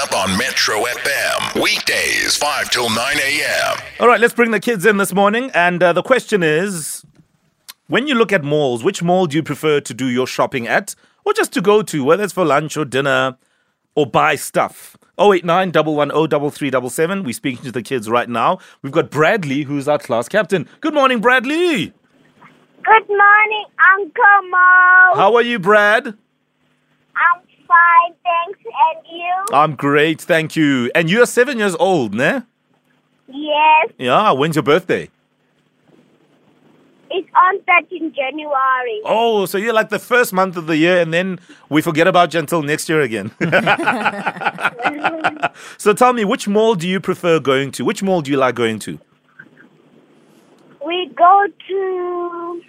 up on Metro FM. Weekdays, 5 till 9 a.m. All right, let's bring the kids in this morning. And uh, the question is when you look at malls, which mall do you prefer to do your shopping at or just to go to, whether it's for lunch or dinner or buy stuff? 089 110 We're speaking to the kids right now. We've got Bradley, who's our class captain. Good morning, Bradley. Good morning, Uncle Mo. How are you, Brad? I'm fine, thanks. And you? I'm great, thank you. And you're seven years old, ne? yes, Yeah, when's your birthday? it's on 13 January. Oh, so you're like the first month of the year, and then we forget about you until next year again. so tell me, which mall do you prefer going to? Which mall do you like going to? We go to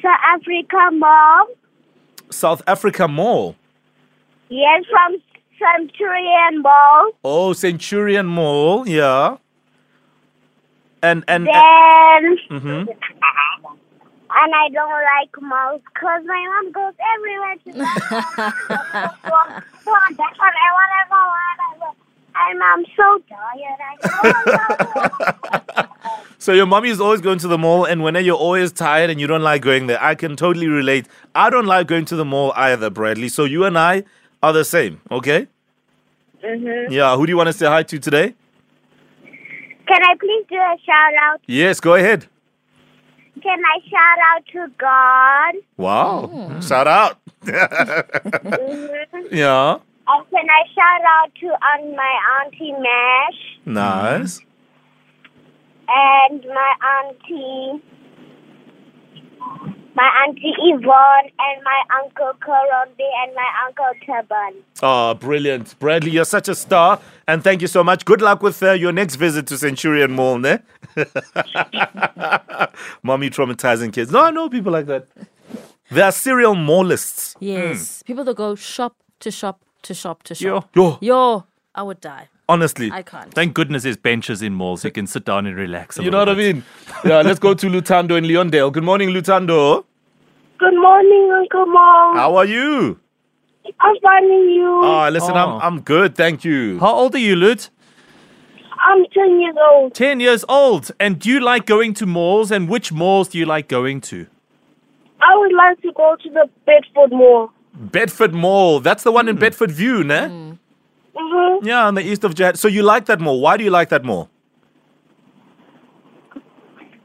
South Africa Mall. South Africa Mall. Yes, from Centurion Mall. Oh, Centurion Mall. Yeah. And and Then, Mhm. and I don't like malls because my mom goes everywhere to that mall. So I'm like, I wanna go, I wanna go. And I'm so tired. I don't wanna go. so your mommy is always going to the mall, and whenever you're always tired and you don't like going there, I can totally relate. I don't like going to the mall either, Bradley. So you and I are the same. Okay. Mm-hmm. Yeah. Who do you want to say hi to today? Can I please do a shout out? Yes. Go ahead. Can I shout out to God? Wow. Shout out. yeah. And can I shout out to um, my auntie Mash Nice. and my auntie, my auntie Yvonne and my uncle Korombi and my uncle Taban? Ah, brilliant. Bradley, you're such a star. And thank you so much. Good luck with uh, your next visit to Centurion Mall, ne? Mommy traumatizing kids. No, I know people like that. They are serial mallists. Yes. People that go shop to shop to shop to shop. Yo, Yo, I would die. honestly. I can't. Thank goodness there's benches in malls. You can sit down and relax. A You know little what I bit. mean? Yeah, let's go to Lutando in Leondale. Good morning, Lutando. Good morning, Uncle Mom. How are you? I'm finding you. Ah, listen, Oh. I'm, I'm good, thank you. How old are you, Lut? I'm 10 years old. 10 years old. And do you like going to malls? And which malls do you like going to? I would like to go to the Bedford Mall. Bedford Mall. That's the one in Bedford View, ne? Hmm. hmm Yeah, on the east of Johannesburg. So you like that mall. Why do you like that mall?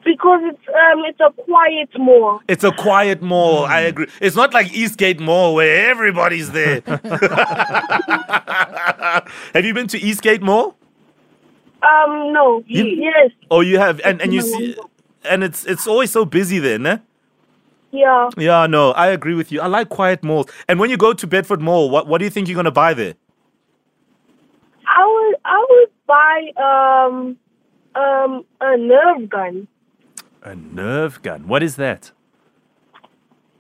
Because it's um it's a quiet mall. It's a quiet mall. I agree. It's not like Eastgate Mall where everybody's there. have you been to Eastgate Mall? Um no. Yes. Oh, you have, and, and you see, and it's it's always so busy there, ne? Yeah. Yeah, no, I agree with you. I like quiet malls. And when you go to Bedford Mall, what what do you think you're gonna buy there? I would I would buy um um a nerve gun. A nerve gun. What is that?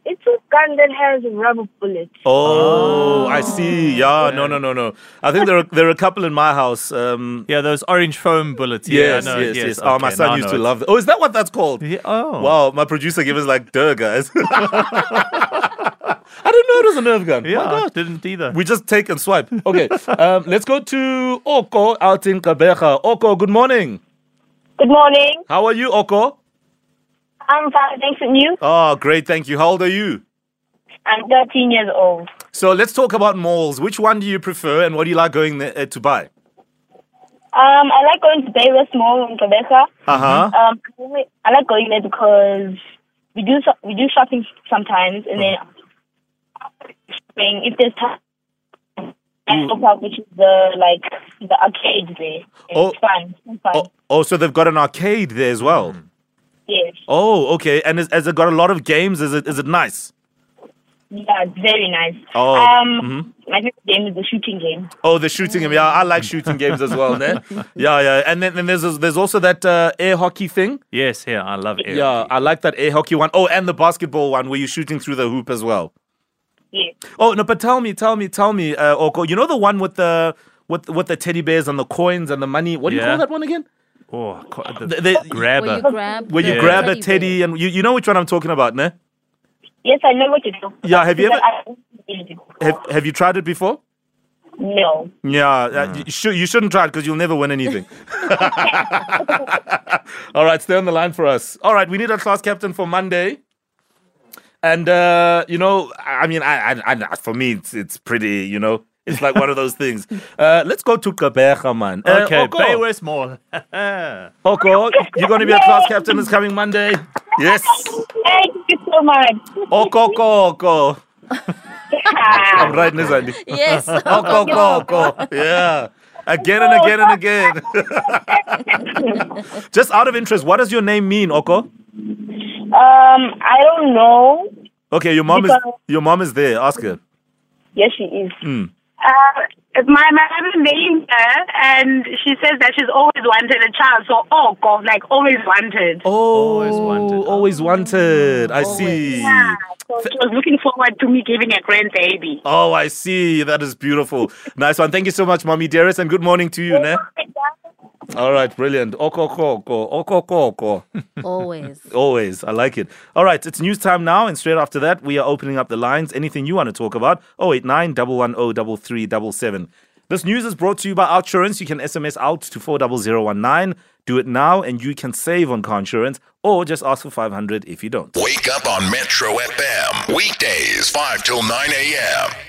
It's a gun that has rubber bullets. Oh, I see. Yeah, no, no, no, no. I think there are there are a couple in my house. Um, Yeah, those orange foam bullets. yes, yeah, I know, yes, yes, Oh, my Okay, now son I used know to it. love. That. Oh, is that what that's called? Yeah, oh. Wow, my producer gave us like duh, guys. I didn't know it was a nerve gun. Yeah, My I Oh, God. didn't either. We just take and swipe. Okay, um, let's go to Oko out in Kabeja. Oko, good morning. Good morning. How are you, Oko? I'm fine, thanks and you. Oh, great, thank you. How old are you? I'm thirteen years old. So let's talk about malls. Which one do you prefer and what do you like going there, uh, to buy? Um I like going to Bayless Mall in Quebeca. Uh-huh. Uh huh. Um I like- I like going there because we do so- we do shopping sometimes and then shopping if there's time National Park, which is the like the arcade there. It's Oh. fun. It's fun. Oh, oh, so they've got an arcade there as well. Yes. Oh, okay. And is, has it got a lot of games? Is it is it nice? Yeah, it's very nice. Oh, Um, My favorite game is the shooting game. Oh, the shooting game. Yeah, I like shooting games as well. Ne? Yeah, yeah. And then, then there's there's also that uh, air hockey thing. Yes, yeah, I love air. Yeah, I like that air hockey one. Oh, and the basketball one where you're shooting through the hoop as well. Yes. Oh no, but tell me, tell me, tell me, uh, Oko. You know the one with the with with the teddy bears and the coins and the money. What do you Yeah. call that one again? Oh, co- the The- the- Where grabber. you grab where you the grab a bear. teddy and you, you know which one I'm talking about, ne? Yes, I know what you do. Yeah, have you ever- I- Have Have you tried it before? No. Yeah, uh, you, shou- you shouldn't try it because you'll never win anything. All right, stay on the line for us. All right, we need a class captain for Monday. And, uh, you know, I I mean, I, I, I, for me, it's, it's pretty, you know, it's like one of those things. Uh, let's go to Kabeja, man. Uh, Okay, Oko. Bay West Mall. Oko, you're going to be a class captain this coming Monday. Yes. Thank you so much. Oko, Oko, Oko. I'm Yeah. right, Nizandi. Yes. Oko, Oko, Oko. Yeah. Again and again and again. Just out of interest, what does your name mean, Oko? um, I don't know. Okay, your mom is Because- your mom is there. Ask her. Yes, she is. Hmm. Uh, my mother named her, and she says that she's always wanted a child. So, oh God, like always wanted. Always wanted. Oh, Always wanted. I see. Yeah, so she was looking forward to me giving a grandbaby. Oh, I see. That is beautiful. nice one. Thank you so much, mommy dearest, and good morning to you, ne? All right, brilliant. Oko, Oko, Oko, Oko, Oko, Oko. Always. Always. I like it. All right, it's news time now, and straight after that, we are opening up the lines. Anything you want to talk about, 089 110 3377. This news is brought to you by Outsurance. You can SMS out to 40019. Do it now, and you can save on car insurance, or just ask for 500 if you don't. Wake up on Metro FM. Weekdays 5 till 9 a.m.